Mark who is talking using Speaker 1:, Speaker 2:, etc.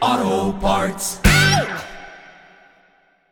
Speaker 1: oh, O'Reilly. Auto Parts.